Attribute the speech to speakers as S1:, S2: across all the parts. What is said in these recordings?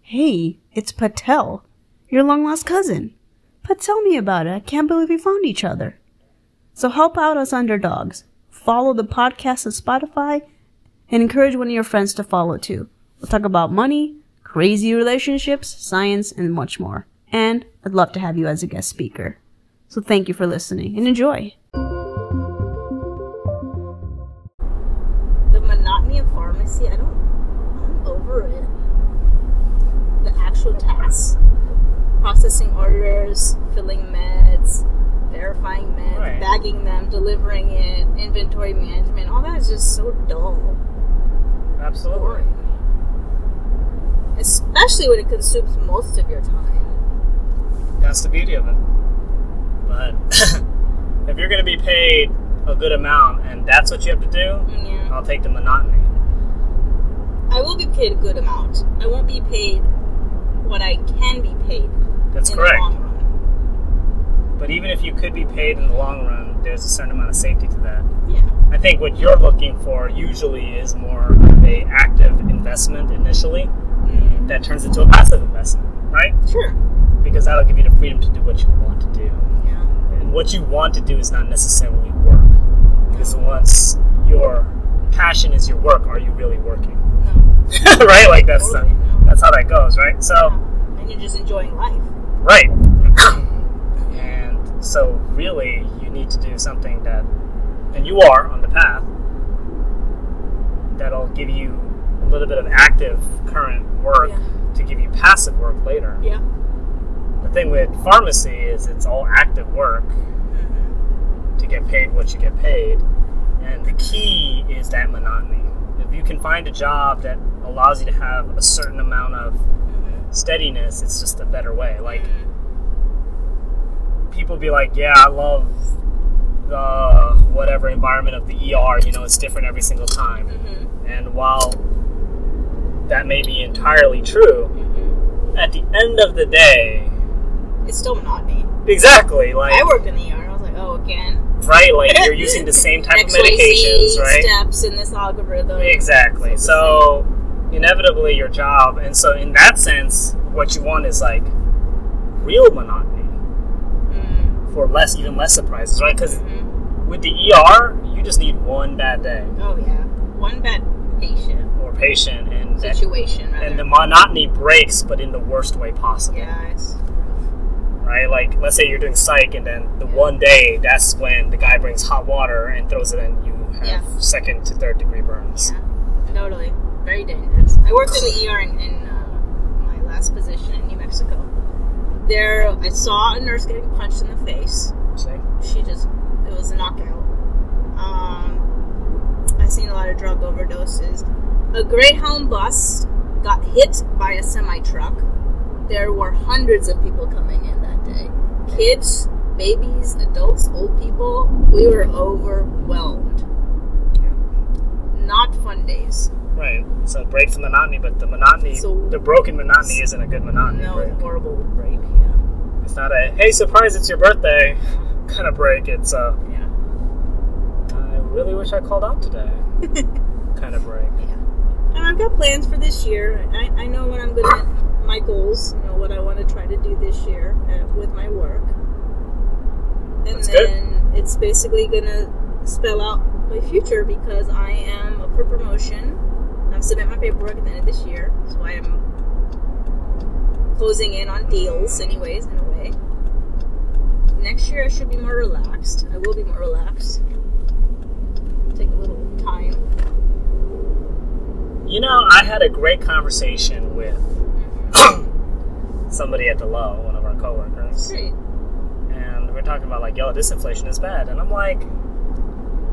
S1: Hey, it's Patel, your long lost cousin. But tell me about it. I can't believe we found each other. So help out us underdogs. Follow the podcast on Spotify and encourage one of your friends to follow too. We'll talk about money, crazy relationships, science, and much more. And I'd love to have you as a guest speaker. So thank you for listening and enjoy.
S2: the monotony of pharmacy, I don't, I'm over it. The actual tasks, processing orders, filling meds, verifying meds,
S3: Right.
S2: bagging them, delivering it, inventory management, all that is just so dull,
S3: Absolutely.
S2: boring. Especially when it consumes most of your time.
S3: That's the beauty of it. But if you're going to be paid a good amount and that's what you have to do,
S2: Yeah.
S3: I'll take the monotony.
S2: I will be paid a good amount. I won't be paid what I can be paid
S3: That's
S2: in the
S3: correct.
S2: long run.
S3: But even if you could be paid in the long run, there's a certain amount of safety to that.
S2: Yeah.
S3: I think what you're looking for usually is more of a active investment initially
S2: Mm,
S3: that turns into a passive investment, right?
S2: sure.
S3: Because that'll give you the freedom to do what you want to do.
S2: Yeah.
S3: And what you want to do is not necessarily work. Because once your passion is your work, are you really working?
S2: No.
S3: right? Like that's
S2: Totally.
S3: that's how that Oh. goes, right? So
S2: And you're just enjoying life.
S3: right. and so really you need to do something that and you are on the path that'll give you a little bit of active current work
S2: Yeah.
S3: to give you passive work later.
S2: Yeah.
S3: The thing with pharmacy is it's all active work to get paid what you get paid. And the key is that monotony. If you can find a job that allows you to have a certain amount of
S2: Mm-hmm.
S3: steadiness, it's just a better way. Like, people be like, yeah, I love the whatever environment of the ER, you know, it's different every single time.
S2: Mm-hmm.
S3: And while that may be entirely true, at the end of the day,
S2: Mm-hmm. It's still monotony.
S3: exactly, like,
S2: I worked in the ER. I was like, oh, again.
S3: right, like you're using the same type of
S2: XYZ
S3: medications, right?
S2: Steps in this algorithm.
S3: Exactly. So inevitably your job and so in that sense what you want is like real monotony
S2: Mm-hmm.
S3: for less even less surprises, right? Cuz with the ER, you just need one bad day
S2: Oh yeah. One bad patient
S3: or patient and that,
S2: situation. Rather.
S3: and the monotony breaks but in the worst way possible,
S2: yeah, it's
S3: right? Like let's say you're doing psych and then the
S2: Yeah.
S3: one day that's when the guy brings hot water and throws it in you have
S2: Yeah.
S3: second to third degree burns.
S2: yeah, totally very dangerous. I worked in the ER in, in uh, my last position in New Mexico. There, I saw a nurse getting punched in the face.
S3: See?
S2: she just it was a knockout. Um, I've seen a lot of drug overdoses. A Greyhound bus got hit by a semi truck. There were hundreds of people coming in that day. Kids, babies, adults, old people. We were overwhelmed. Not fun days.
S3: Right. So break from monotony, but the monotony,
S2: So-
S3: the broken monotony isn't a good monotony.
S2: No
S3: break.
S2: horrible break. Yeah.
S3: It's not a, hey, surprise, it's your birthday kind of break. It's a,
S2: Yeah.
S3: I really wish I called out today kind of break.
S2: And I've got plans for this year. I, I know what I'm gonna my goals. You know what I want to try to do this year uh, with my work. And
S3: That's good.
S2: then it's basically gonna spell out my future because I am up for promotion. I've submit my paperwork at the end of this year, so I am closing in on deals, anyways, in a way. Next year I should be more relaxed. I will be more relaxed. Take a little time.
S3: You know, I had a great conversation with somebody at the low, one of our coworkers,
S2: Mm-hmm. Great.
S3: and we're talking about like, yo, this inflation is bad, and I'm like,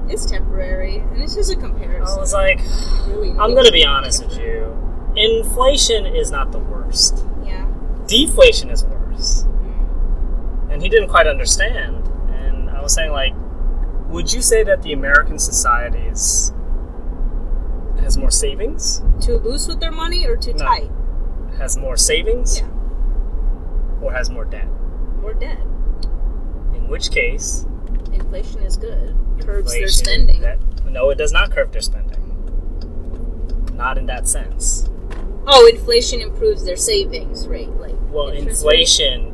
S2: It's temporary, and it's just a comparison.
S3: I was like,
S2: Oh, really,
S3: I'm gonna be honest with you, inflation is not the worst,
S2: Yeah.
S3: deflation is worse.
S2: Mm.
S3: and he didn't quite understand. And I was saying, like, would you say that the American society is has more savings,
S2: Too loose with their money or too
S3: No.
S2: tight?
S3: has more savings,
S2: Yeah.
S3: or has more debt?
S2: We're dead.
S3: In which case,
S2: Inflation is good. Curbs their
S3: inflation-
S2: spending.
S3: that- no, it does not curb their spending. Not in that sense.
S2: Oh, inflation improves their savings rate. Like
S3: Well,
S2: interest
S3: inflation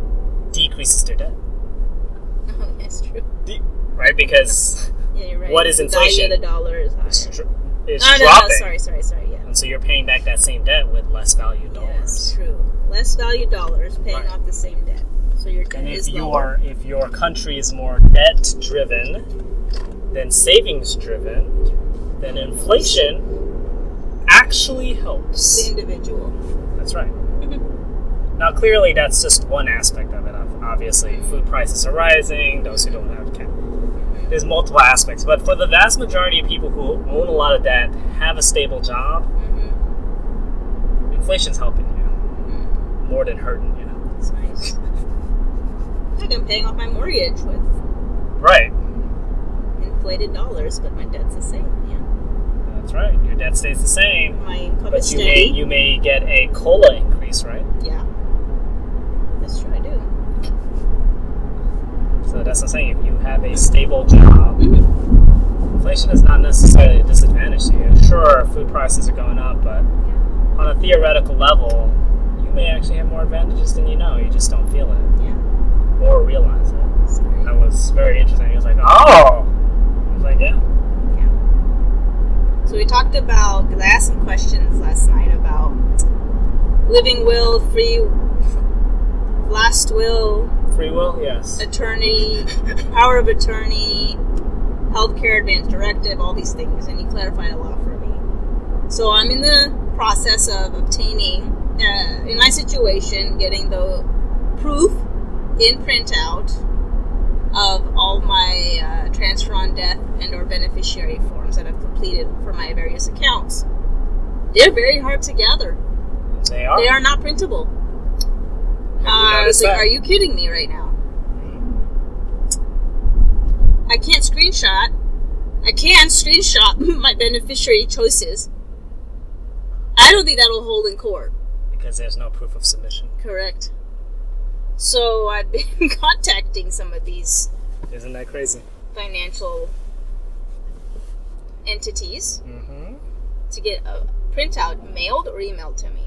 S3: decreases their debt,
S2: rate. Oh, that's true.
S3: right? Because
S2: Yeah, you're right.
S3: What is
S2: The value of
S3: inflation?
S2: the dollar is higher.
S3: it's, dr- it's
S2: Oh, no,
S3: dropping,
S2: no, sorry, sorry, sorry. Yeah.
S3: and so you're paying back that same debt with less value
S2: Yes,
S3: dollars.
S2: true. Less value dollars paying
S3: Right.
S2: off the same debt. So your debt
S3: And if
S2: is
S3: you
S2: lower.
S3: are, if your country is more debt driven than savings driven, then inflation actually
S2: the
S3: helps.
S2: individual.
S3: That's right. now, clearly, that's just one aspect of it. Ob- Obviously, food prices are rising. Those who don't have cash. There's multiple aspects, but for the vast majority of people who own a lot of debt, have a stable job,
S2: Mm-hmm.
S3: inflation's helping you
S2: Mm.
S3: more than hurting you.
S2: That's nice. Like I'm paying off my mortgage with
S3: Right.
S2: inflated dollars, but my debt's the same. Yeah.
S3: That's right. Your debt stays the same,
S2: My income
S3: but
S2: is
S3: you may
S2: steady.
S3: you may get a cola increase, right?
S2: Yeah. That's true. I do.
S3: So that's what I'm saying. If you have a stable job, inflation is not necessarily a disadvantage to you. Sure, food prices are going up, but on a theoretical level, you may actually have more advantages than you know. You just don't feel it
S2: Yeah.
S3: or realize it.
S2: It's great.
S3: That was very interesting. He was like, oh. I was like, yeah.
S2: So we talked about because I asked some questions last night about living will, free, last will,
S3: Free will? Yes.
S2: attorney, power of attorney, healthcare advance directive, all these things, and you clarified a lot for me. So I'm in the process of obtaining, uh, in my situation, getting the proof in printout of all my uh, transfer on death and or beneficiary forms that I've completed for my various accounts. They're very hard to gather.
S3: They are.
S2: They are not printable.
S3: Have you
S2: I was
S3: noticed
S2: like,
S3: that?
S2: are you kidding me right now? I can't screenshot. I can screenshot my beneficiary choices. I don't think that'll hold in court.
S3: Because there's no proof of submission.
S2: Correct. So I've been contacting some of these
S3: Isn't that crazy?
S2: financial entities
S3: Mm-hmm.
S2: to get a printout mailed or emailed to me.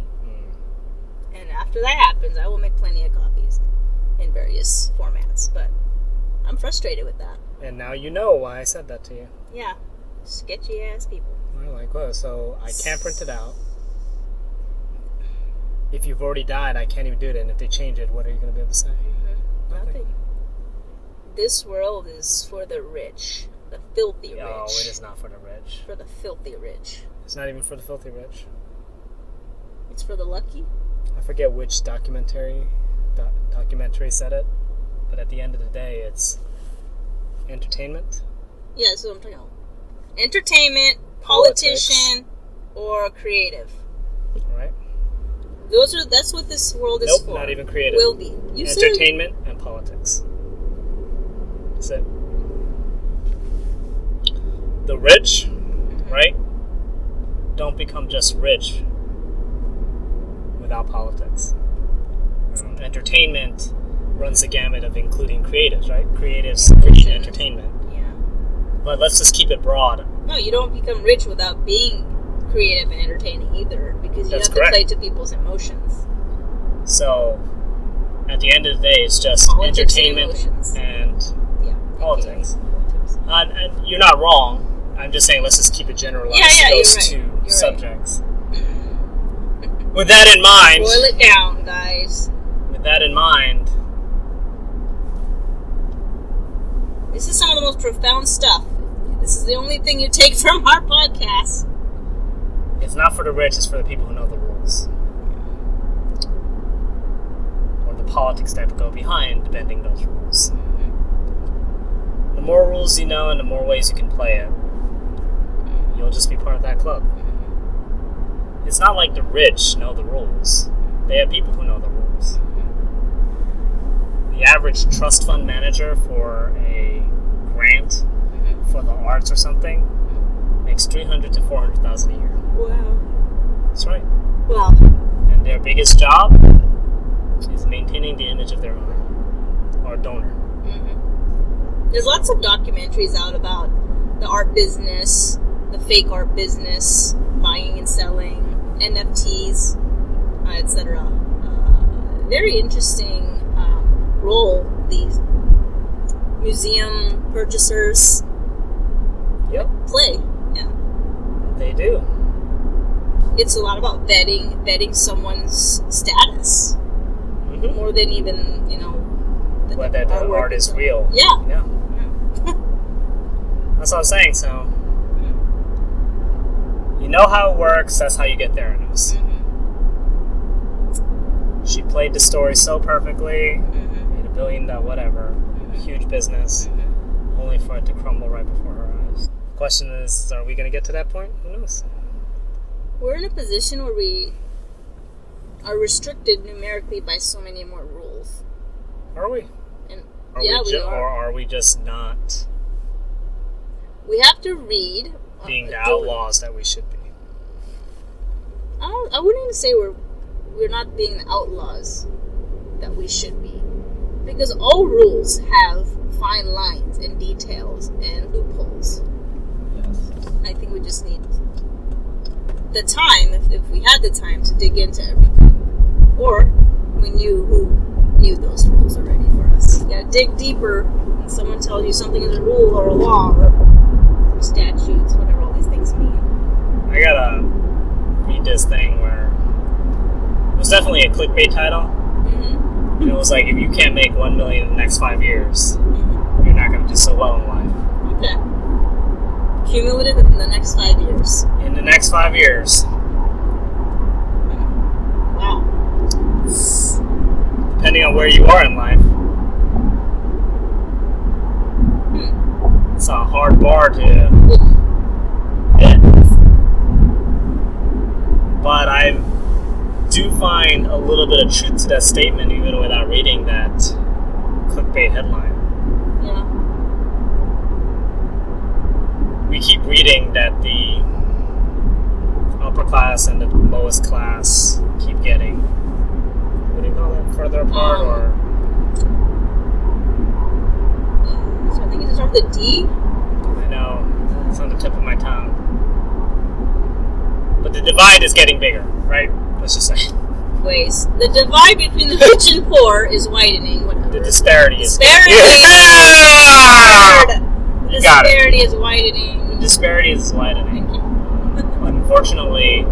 S2: And after that happens, I will make plenty of copies in various formats. But I'm frustrated with that.
S3: And now you know why I said that to you.
S2: Yeah. Sketchy ass people.
S3: We're like, whoa, so I can't print it out. If you've already died, I can't even do it. And if they change it, what are you going to be able to say?
S2: Nothing. This world is for the rich, the filthy rich.
S3: No, Oh, it is not for the rich.
S2: For the filthy rich.
S3: It's not even for the filthy rich.
S2: It's for the lucky.
S3: I forget which documentary doc- documentary said it, but at the end of the day, it's entertainment.
S2: Yeah, that's what I'm talking about. Entertainment,
S3: Politics.
S2: politician, or creative.
S3: All right.
S2: Those are that's what this world is
S3: Nope,
S2: for.
S3: not even creative.
S2: Will be. You said
S3: entertainment and politics. That's it. The rich,
S2: Mm-hmm.
S3: right? Don't become just rich without politics. Um, entertainment runs the gamut of including creatives, right? Creatives create entertainment.
S2: yeah.
S3: But let's just keep it broad.
S2: No, you don't become rich without being creative and entertaining either, because you
S3: That's
S2: have
S3: correct.
S2: to play to people's emotions.
S3: So, at the end of the day, it's just
S2: Politics and emotions.
S3: entertainment and
S2: Yeah.
S3: Politics.
S2: Politics.
S3: And, and you're not wrong. I'm just saying, let's just keep it generalized
S2: Yeah, yeah,
S3: to those
S2: you're right.
S3: 2
S2: You're right.
S3: subjects. With that in mind,
S2: Boil it down, guys.
S3: with that in mind,
S2: This is some of the most profound stuff. This is the only thing you take from our podcast.
S3: it's not for the rich; it's for the people who know the rules or the politics that go behind bending those rules. The more rules you know, and the more ways you can play it, you'll just be part of that club. It's not like the rich know the rules; they have people who know the rules. the average trust fund manager for a grant for the arts or something makes three hundred to four hundred thousand a year.
S2: Wow.
S3: That's right.
S2: Well,
S3: And their biggest job is maintaining the image of their owner or donor.
S2: Mm-hmm. there's lots of documentaries out about the art business, the fake art business, buying and selling, NFTs. uh, etc. Uh, very interesting um, role these museum purchasers
S3: Yep,
S2: play. Yeah,
S3: they do.
S2: it's a lot about vetting vetting someone's status
S3: hmm
S2: more than even you know the
S3: Whether the
S2: artwork
S3: art is
S2: itself.
S3: real.
S2: Yeah.
S3: Yeah, that's what I was saying. So
S2: Mm-hmm.
S3: you know how it works. That's how you get Theranos.
S2: Mhm,
S3: She played the story so perfectly.
S2: mhm,
S3: Made a billion, dollar whatever.
S2: Mm-hmm.
S3: Huge business,
S2: mhm.
S3: only for it to crumble right before her eyes. Question is, are we going to get to that point? Who knows?
S2: We're in a position where we are restricted numerically by so many more rules.
S3: Are we?
S2: And
S3: Are
S2: yeah,
S3: we,
S2: we,
S3: ju-
S2: are.
S3: Or are we just not
S2: We have to read.
S3: being the
S2: uh, do-
S3: outlaws that we should be?
S2: I, don't, I wouldn't even say we're we're not being the outlaws that we should be, because all rules have fine lines and details and loopholes.
S3: Yes.
S2: I think we just need the time, if, if we had the time, to dig into everything, or we knew who knew those rules already for us. You gotta dig deeper when someone tells you something is a rule or a law or statutes, whatever all these things mean.
S3: I gotta read this thing where it was definitely a clickbait title.
S2: Mm-hmm.
S3: And it was like, if you can't make one million in the next five years,
S2: Mm-hmm.
S3: you're not gonna do so well in life.
S2: Okay. Cumulative in the next five years.
S3: In the next five years,
S2: Wow.
S3: depending on where you are in life,
S2: Hmm.
S3: it's a hard bar to hit. But I do find a little bit of truth to that statement, even without reading that clickbait headline.
S2: Yeah.
S3: We keep reading that the upper class and the lowest class keep getting what do you call it? Further apart, or
S2: So I think it's sort of the D.
S3: I know it's on the tip of my tongue. But the divide is getting bigger, right? Let's just say
S2: Ways. The divide between the rich and poor is widening. Whatever.
S3: the disparity is.
S2: disparity.
S3: Yeah!
S2: The
S3: You Ah, got it.
S2: disparity is widening.
S3: disparity is widening.
S2: Thank you.
S3: Unfortunately,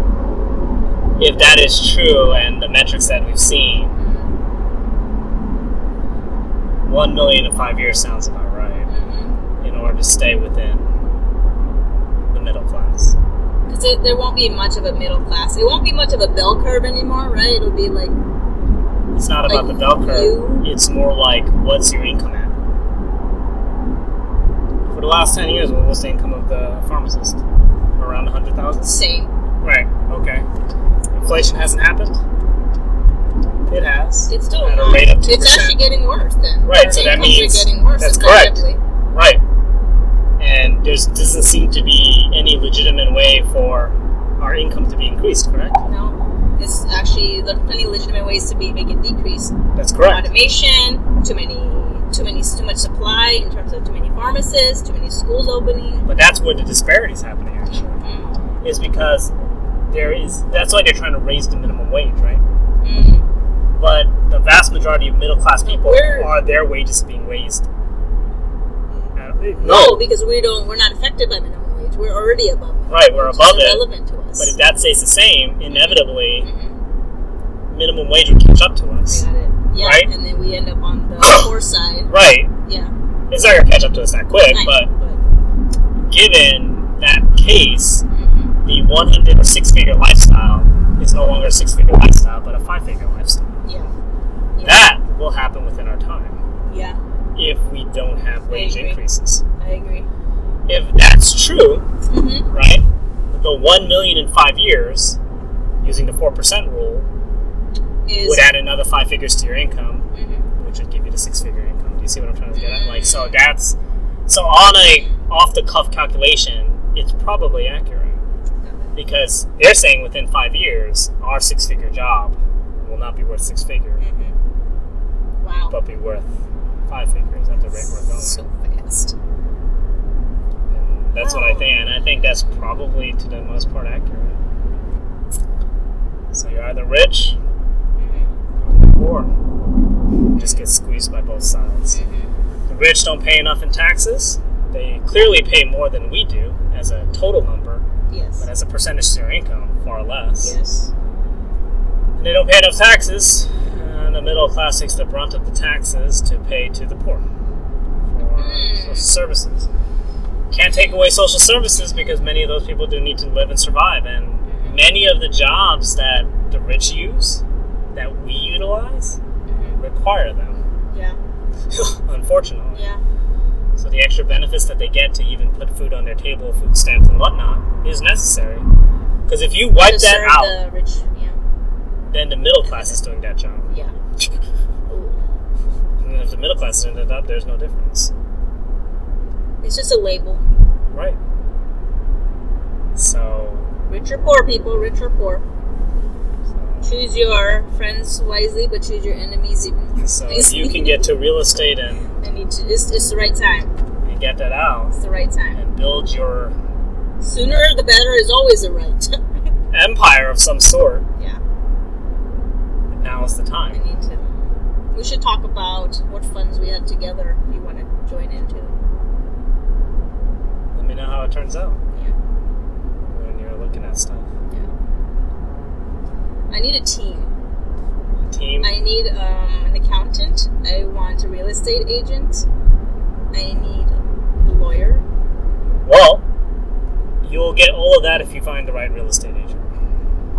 S3: if that is true and the metrics that we've seen, one million in five years sounds about right
S2: Mhm.
S3: in order to stay within the middle class.
S2: 'Cause there- there won't be much of a middle class. It won't be much of a bell curve anymore, right? It'll be like,
S3: It's not about the
S2: Like
S3: bell curve,
S2: you-
S3: it's more like what's your income at? For the last 10 years, what was the income of the pharmacist? Around 100,000?
S2: same.
S3: Right. Okay. Inflation hasn't happened. It has.
S2: It's still
S3: at a
S2: not.
S3: rate of two
S2: It's actually
S3: percent.
S2: getting worse then.
S3: Right,
S2: Our
S3: so that
S2: incomes are
S3: means-
S2: getting worse
S3: that's correct.
S2: comparatively.
S3: Right. And there's doesn't seem to be any legitimate way for our income to be increased. Correct.
S2: No, it's actually there are plenty of legitimate ways to be make it decrease.
S3: That's correct.
S2: Automation, too many, too many, too much supply in terms of too many pharmacists, too many schools opening.
S3: But that's where the disparity is happening. Actually,
S2: Mm,
S3: is because there is. That's why they're trying to raise the minimum wage, right?
S2: mm.
S3: But the vast majority of middle class people
S2: Where-
S3: are their wages being raised. Uh,
S2: No, because we don't. We're not affected by minimum wage. We're already above. Minimum
S3: Right, we're
S2: wage.
S3: above
S2: it's
S3: it.
S2: Relevant to us.
S3: But if that stays the same, inevitably
S2: Mhm.
S3: minimum wage would catch up to us.
S2: Got it. Yeah,
S3: Right?
S2: and then we end up on the poor side.
S3: Right.
S2: Yeah,
S3: It's not gonna catch up to us that quick,
S2: nice,
S3: but
S2: but-
S3: given that case,
S2: mhm.
S3: the one hundred or six figure lifestyle is no longer a six figure lifestyle, but a five figure lifestyle.
S2: yeah,
S3: That will happen within our time
S2: yeah,
S3: if we don't have wage
S2: agree.
S3: increases.
S2: I agree.
S3: If that's true,
S2: Mm-hmm.
S3: right? The one million in five years, using the four percent rule,
S2: Is
S3: would add another five figures to your income.
S2: Mhm.
S3: which would give you the six figure income. Do you see what I'm trying to get at? Like, so that's so on a off the cuff calculation, it's probably accurate because they're saying within five years, our six figure job will not be worth six figure,
S2: Mhm. Wow.
S3: but be worth five figures at the rate we're
S2: so
S3: going.
S2: fast.
S3: And that's what I think, and I think that's probably to the most part accurate. So you're either rich
S2: Mm-hmm. Mm-hmm.
S3: rich don't pay enough in taxes. They clearly pay more than we do as a total number, but
S2: Yes.
S3: as a percentage to their income, far less.
S2: Yes.
S3: And they don't pay enough taxes, and the middle class takes the brunt of the taxes to pay to the poor for
S2: Mm.
S3: social services. Can't take away social services because many of those people do need to live and survive,
S2: Mm-hmm.
S3: and many of the jobs that the rich use, that we utilize,
S2: Mhm.
S3: require them.
S2: Yeah.
S3: Unfortunately.
S2: Yeah.
S3: So the extra benefits that they get to even put food on their table, food stamps and whatnot, is necessary. Because if you wipe
S2: To
S3: that
S2: serve
S3: out,
S2: The rich. Yeah.
S3: then the middle class is doing that job.
S2: Yeah. Ooh.
S3: And if the middle class is doing that job, there's no difference.
S2: It's just a label.
S3: Right. So,
S2: Rich or poor, people. Rich or poor.
S3: so,
S2: Choose your friends wisely, but choose your enemies even.
S3: so if you can get to real estate and,
S2: I need to. It's, it's the right time.
S3: and get that out
S2: It's the right time.
S3: and build your
S2: Sooner the better is always the right.
S3: empire of some sort,
S2: yeah.
S3: now is the
S2: I
S3: time.
S2: need to. We should talk about what funds we had together. If you want to join into.
S3: Let me know how it turns out
S2: Yeah.
S3: when you're looking at stuff.
S2: Yeah. I need a team.
S3: Team.
S2: I need um, an accountant. I want a real estate agent. I need a lawyer.
S3: Well, you'll get all of that if you find the right real estate agent.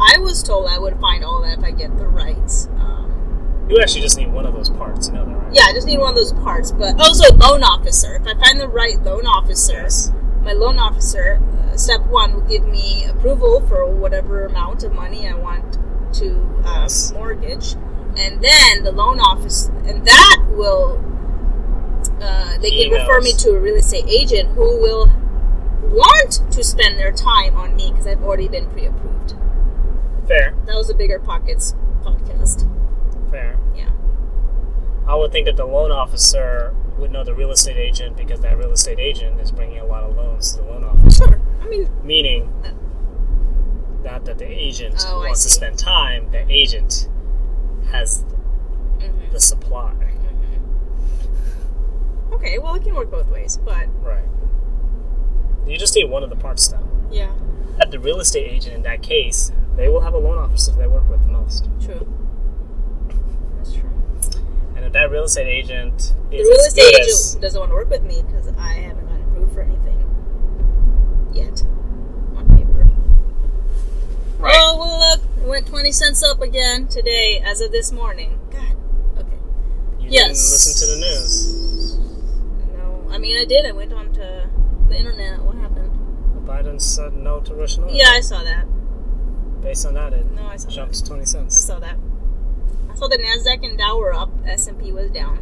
S2: I was told I would find all that if I get the rights. Um,
S3: You actually just need one of those parts, you know that, right?
S2: yeah, I just need one of those parts. But also, loan officer. If I find the right loan officer,
S3: Yes.
S2: my loan officer, uh, step one, will give me approval for whatever amount of money I want to um,
S3: Yes.
S2: mortgage, and then the loan office, and that will uh, they
S3: He
S2: can refer me
S3: knows.
S2: to a real estate agent who will want to spend their time on me because I've already been pre-approved.
S3: Fair,
S2: That was a bigger pockets podcast.
S3: fair.
S2: Yeah,
S3: I would think that the loan officer would know the real estate agent because that real estate agent is bringing a lot of loans to the loan officer.
S2: sure. I mean,
S3: Meaning, not that the agent
S2: Uh. Oh, I
S3: wants to
S2: see.
S3: spend time, the agent has
S2: mhm,
S3: the supply.
S2: mhm. okay. Well, it can work both ways, but
S3: Right. You just need one of the parts, though.
S2: yeah,
S3: At the real estate agent in that case, they will have a loan officer they work with the most.
S2: true. That's true.
S3: And if that real estate agent
S2: The
S3: is
S2: real
S3: as
S2: estate
S3: good
S2: agent
S3: as-
S2: doesn't want to work with me because I haven't gotten approved for anything yet on paper. Oh, well, look, went 20 cents up again today as of this morning. God. Okay.
S3: you
S2: yes.
S3: didn't listen to the news.
S2: No, I mean, I did. I went on to the internet. What happened?
S3: Biden said no to Russian oil.
S2: Yeah, I saw that.
S3: Based on that, it
S2: No, I saw that.
S3: jumped 20
S2: I
S3: cents.
S2: saw that. I saw the NASDAQ and Dow were up. S&P was down.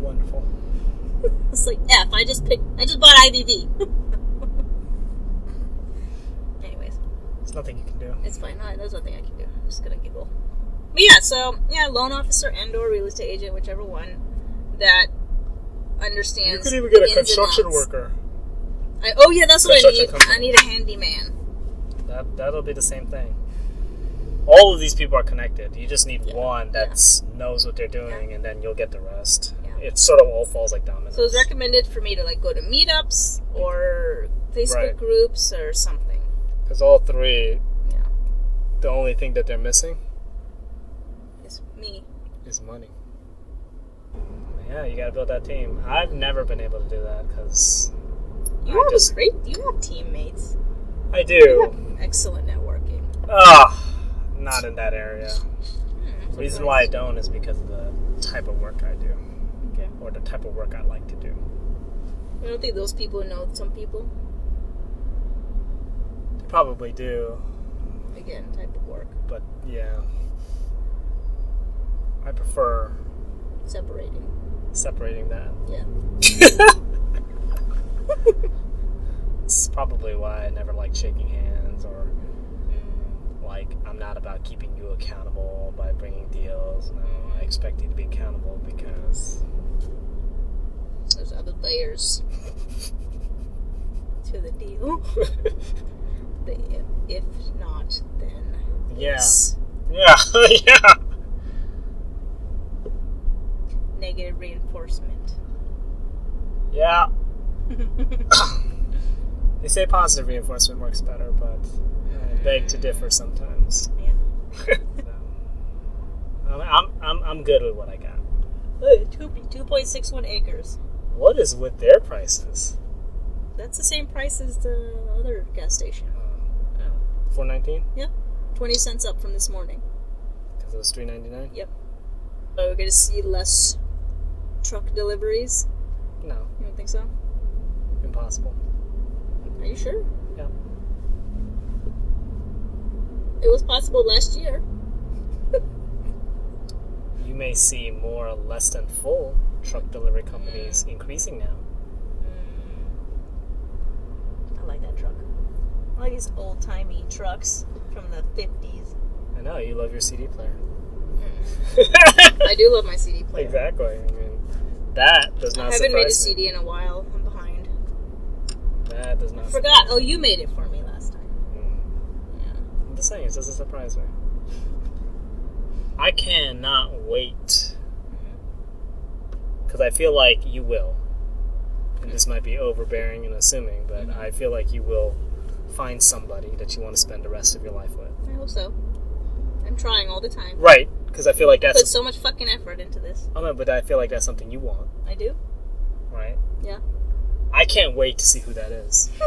S3: Wonderful.
S2: It's like, F, I just picked, I just bought IVV. Anyways.
S3: There's nothing you can do.
S2: It's fine. No, there's nothing I can do. I'm just gonna giggle. But yeah, so yeah, loan officer and/or real estate agent, whichever one that
S3: You
S2: understands.
S3: could even get
S2: the
S3: a
S2: ins and
S3: construction
S2: outs.
S3: worker.
S2: I, oh yeah, that's what I
S3: Construction
S2: need.
S3: company.
S2: I need a handyman.
S3: That, that'll be the same thing. All of these people are connected. You just need
S2: Yeah.
S3: one
S2: Yeah.
S3: that knows what they're doing, and then you'll get the rest.
S2: Yeah.
S3: It sort of all falls like dominoes.
S2: So it's recommended for me to like go to meetups or Facebook
S3: Right.
S2: groups or something.
S3: Because all three,
S2: Yeah,
S3: the only thing that they're missing
S2: it's me.
S3: is money. Yeah, you gotta build that team. I've never been able to do that because
S2: You
S3: I
S2: have
S3: just-
S2: a great. You have teammates.
S3: I
S2: You
S3: do.
S2: have excellent networking.
S3: Ah, not in that area.
S2: Hmm,
S3: The reason why I don't is because of the type of work I do,
S2: Okay.
S3: or the type of work I like to do.
S2: I don't think those people know some people.
S3: They probably do,
S2: Again, type of work
S3: but yeah, I prefer
S2: separating.
S3: separating that.
S2: Yeah.
S3: It's probably why I never like shaking hands, or
S2: Mm.
S3: like I'm not about keeping you accountable by bringing deals. No, I expect you to be accountable because
S2: There's other layers to the deal. The if, if not, then
S3: yeah,
S2: it's
S3: yeah, yeah.
S2: negative reinforcement.
S3: Yeah. they say positive reinforcement works better, but I beg to differ sometimes.
S2: Yeah.
S3: So, I'm, I'm, I'm, I'm good with what I got.
S2: Two two point six one acres.
S3: What is with their prices?
S2: That's the same price as the other gas station. Oh.
S3: 419
S2: Twenty cents up from this morning.
S3: because it was 399
S2: Are we gonna see less truck deliveries?
S3: No,
S2: You don't think so?
S3: impossible.
S2: Are you sure?
S3: Yeah.
S2: It was possible last year.
S3: You may see more less than full truck delivery companies increasing now.
S2: Mm. I like that truck. I like these old timey trucks from the fifties.
S3: I know, you love your CD player.
S2: Mm. I do love my CD player.
S3: exactly. I mean, that does
S2: I
S3: not
S2: haven't made a
S3: surprise me.
S2: CD in a while. I'm behind.
S3: That does
S2: I
S3: not
S2: forgot. Oh, you made it for me last time.
S3: Mm.
S2: Yeah.
S3: I'm just saying, it doesn't surprise me. I cannot wait. Because I feel like you will. And this might be overbearing and assuming, but I feel like you will find somebody that you want to spend the rest of your life with.
S2: I hope so. I'm trying all the time.
S3: Right, because I feel like
S2: Put
S3: that's.
S2: so much fucking effort into this.
S3: I know, but I feel like that's something you want,
S2: I do.
S3: right?
S2: Yeah.
S3: I can't wait to see who that is.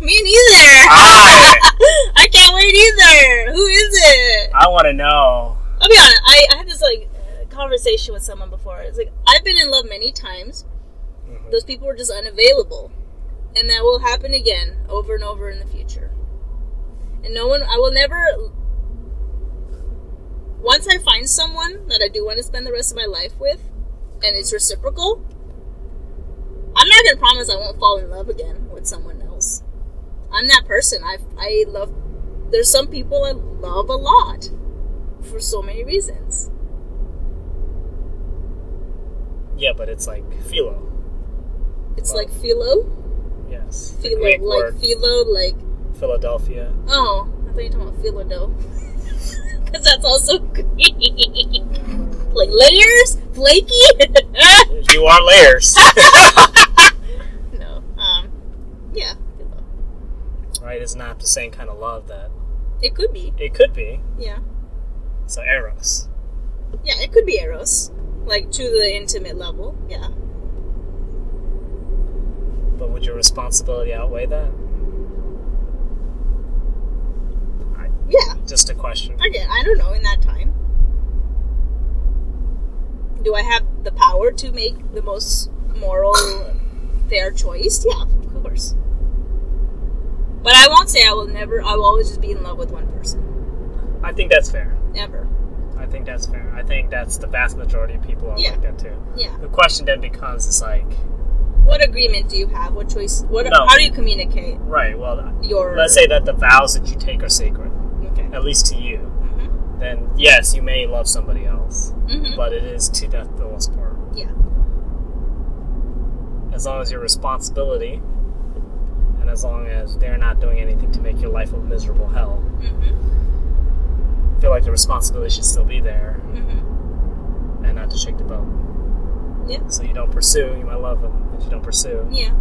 S2: me neither.
S3: I,
S2: I can't wait either. Who is it?
S3: I want to know.
S2: I'll be honest. I, I had this like uh, conversation with someone before. It's like I've been in love many times.
S3: Mhm.
S2: Those people were just unavailable, and that will happen again over and over in the future. And no one, I will never. Once I find someone that I do want to spend the rest of my life with, and it's reciprocal, I'm not gonna promise I won't fall in love again with someone else. I'm that person. I I love. There's some people I love a lot for so many reasons.
S3: Yeah, but it's like philo.
S2: It's
S3: Love.
S2: like philo,
S3: Yes. The
S2: philo,
S3: Greek
S2: like
S3: word,
S2: philo, like
S3: Philadelphia.
S2: oh, I thought you were talking about philo dough, because that's also Greek. like layers, flaky.
S3: You are layers.
S2: no, um, yeah, philo.
S3: right? It's not the same kind of love that
S2: It could be,
S3: it could be.
S2: yeah,
S3: So eros.
S2: yeah, it could be eros, like to the intimate level, yeah.
S3: But would your responsibility outweigh that?
S2: Yeah,
S3: Just a question.
S2: again, I don't know in that time. Do I have the power to make the most moral, fair choice? Yeah, of course. But I won't say I will never, I will always just be in love with one person.
S3: I think that's fair.
S2: Ever.
S3: I think that's fair. I think that's the vast majority of people are
S2: Yeah.
S3: like that too.
S2: Yeah.
S3: The question then becomes is like,
S2: What agreement do you have? What choice? What?
S3: No.
S2: How do you communicate
S3: right, well,
S2: your.
S3: let's say that the vows that you take are sacred,
S2: Okay.
S3: at least to you.
S2: Mm-hmm.
S3: Then yes, you may love somebody else,
S2: Mm-hmm.
S3: but it is to death the us part.
S2: Yeah.
S3: As long as your responsibility, and as long as they're not doing anything to make your life a miserable hell,
S2: Mm-hmm.
S3: I feel like the responsibility should still be there,
S2: Mm-hmm.
S3: and not to shake the boat.
S2: Yeah.
S3: So you don't pursue. You might love them, but you don't pursue.
S2: Yeah.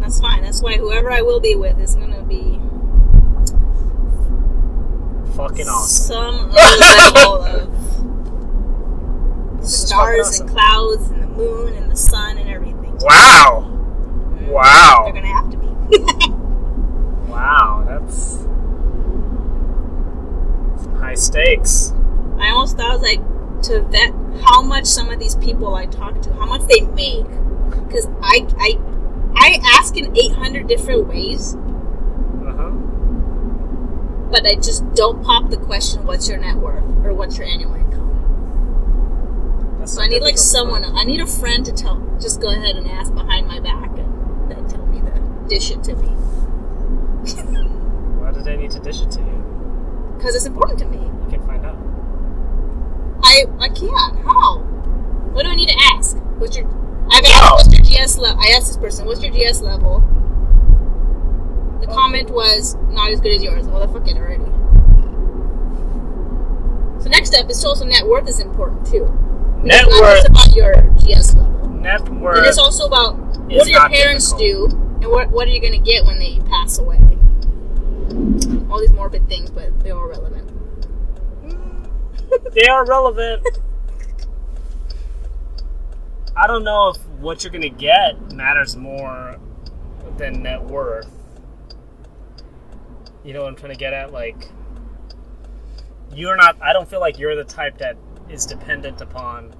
S2: That's fine. That's why whoever I will be with is gonna be
S3: Fucking
S2: Some
S3: awesome.
S2: other level of
S3: This is
S2: stars
S3: fucking
S2: and clouds and the moon and the sun and everything. Mm.
S3: Wow.
S2: They're
S3: Wow.
S2: gonna have to be.
S3: Wow. That's some high stakes.
S2: I almost thought I was like to vet how much some of these people I talk to, how much they make, because I I I ask in eight hundred different ways,
S3: Uh huh.
S2: but I just don't pop the question, "What's your net worth?" or "What's your annual income?"
S3: That's
S2: So I need like
S3: difficult.
S2: someone, I need a friend to tell, just go ahead and ask behind my back and then tell me that, dish it to me.
S3: Why do they need to dish it to you?
S2: because it's important to me.
S3: You can find out.
S2: I I can't. How? What do I need to ask? What's your? I've
S3: No.
S2: asked what's your GS level. I asked this person, what's your GS level? The comment was not as good as yours. Well, fuck it already. So next step is social net worth is important too.
S3: Net
S2: Not just
S3: worth.
S2: about your GS level.
S3: that's where
S2: And it's also about what
S3: It's
S2: do your
S3: not
S2: parents
S3: difficult.
S2: do, and what what are you gonna get when they pass away? All these morbid things, but they're all relevant.
S3: they are relevant. I don't know if what you're gonna get matters more than net worth. You know what I'm trying to get at? Like, you're not. I don't feel like you're the type that is dependent upon.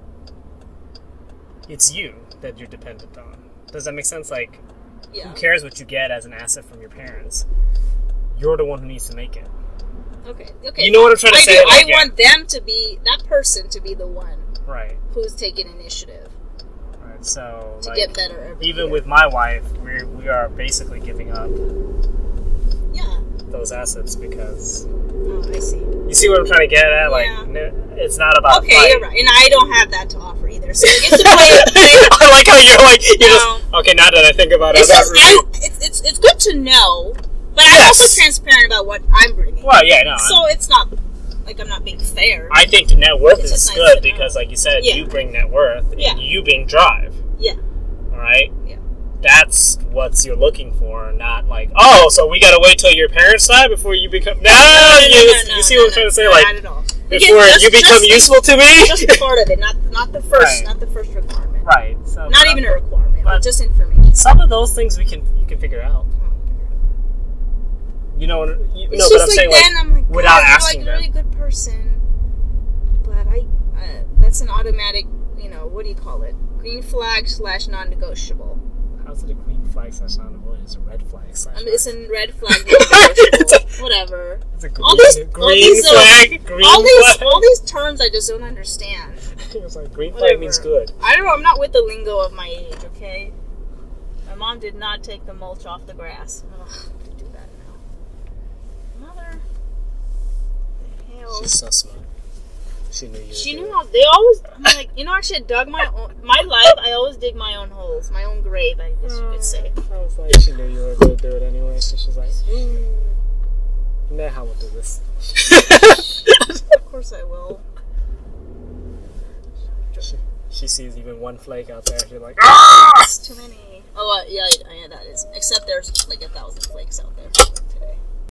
S3: It's you that you're dependent on. Does that make sense? Like,
S2: Yeah.
S3: who cares what you get as an asset from your parents? You're the one who needs to make it.
S2: Okay. Okay.
S3: You know what I'm trying to
S2: I
S3: say?
S2: do. I
S3: Like, yeah.
S2: want them to be that person to be the one
S3: Right.
S2: who's taking initiative
S3: Right. So
S2: to
S3: like,
S2: get better. Every
S3: even
S2: year.
S3: with my wife, we we are basically giving up
S2: yeah.
S3: those assets because
S2: Oh, I see.
S3: you see what I'm trying to get at. Like,
S2: Yeah.
S3: n- it's not about.
S2: Okay,
S3: fight.
S2: you're right, and I don't have that to offer either. So I guess the play. play
S3: I like how you're like you just
S2: No.
S3: okay. Now that I think about it,
S2: it's
S3: I'm
S2: just
S3: not
S2: I,
S3: really-
S2: it's, it's it's good to know, but I'm
S3: Yes.
S2: also transparent about what I'm bringing.
S3: well, yeah, no. I'm-
S2: so it's not like I'm not being fair.
S3: I think the net worth
S2: It's
S3: is
S2: just nice
S3: good
S2: to know.
S3: because, like you said,
S2: Yeah.
S3: you bring net worth
S2: Yeah.
S3: and you bring drive.
S2: yeah,
S3: All right.
S2: Yeah.
S3: That's what you're looking for, not like oh, so we gotta wait till your parents die before you become. No, you, you see what I'm trying to say?
S2: no,
S3: like
S2: not at all. Because
S3: before
S2: just-
S3: you become
S2: just-
S3: useful to me.
S2: Just part of it, not not the first,
S3: Right.
S2: not the first requirement.
S3: right. So
S2: Not even a requirement,
S3: but-
S2: but just information. Oh,
S3: Some of those things we can you can figure out. You know. what- You,
S2: It's
S3: no,
S2: just
S3: but I'm
S2: like
S3: saying
S2: then
S3: like
S2: I'm like,
S3: without
S2: God,
S3: asking
S2: you're like a really good person, but I uh, that's an automatic, you know, what do you call it? Green flag slash non-negotiable.
S3: how's it a green flag slash not a blue? It's a red flag slash.
S2: um, I mean, Um,
S3: not-
S2: it's a red flag. non-negotiable, Whatever.
S3: it's a green,
S2: all these- all
S3: green
S2: these, uh,
S3: flag. green
S2: All these
S3: flag.
S2: all these terms I just don't understand.
S3: It was like green flag
S2: Whatever.
S3: means good.
S2: I don't know. I'm not with the lingo of my age. Okay. My mom did not take the mulch off the grass. Ugh, I do that now. Mother. The hell.
S3: She's so smart. She knew you.
S2: Oh. She knew how they always I'm like you know I should have dug my own my life I always dig my own holes my own grave I guess you could say
S3: I was like, she knew you were gonna do it anyway, so she's like, mm, nah, how will do this.
S2: of course I will
S3: she sees even one flake out there, she's like, ah!
S2: it's too many oh uh, yeah yeah that is except there's like a thousand flakes out there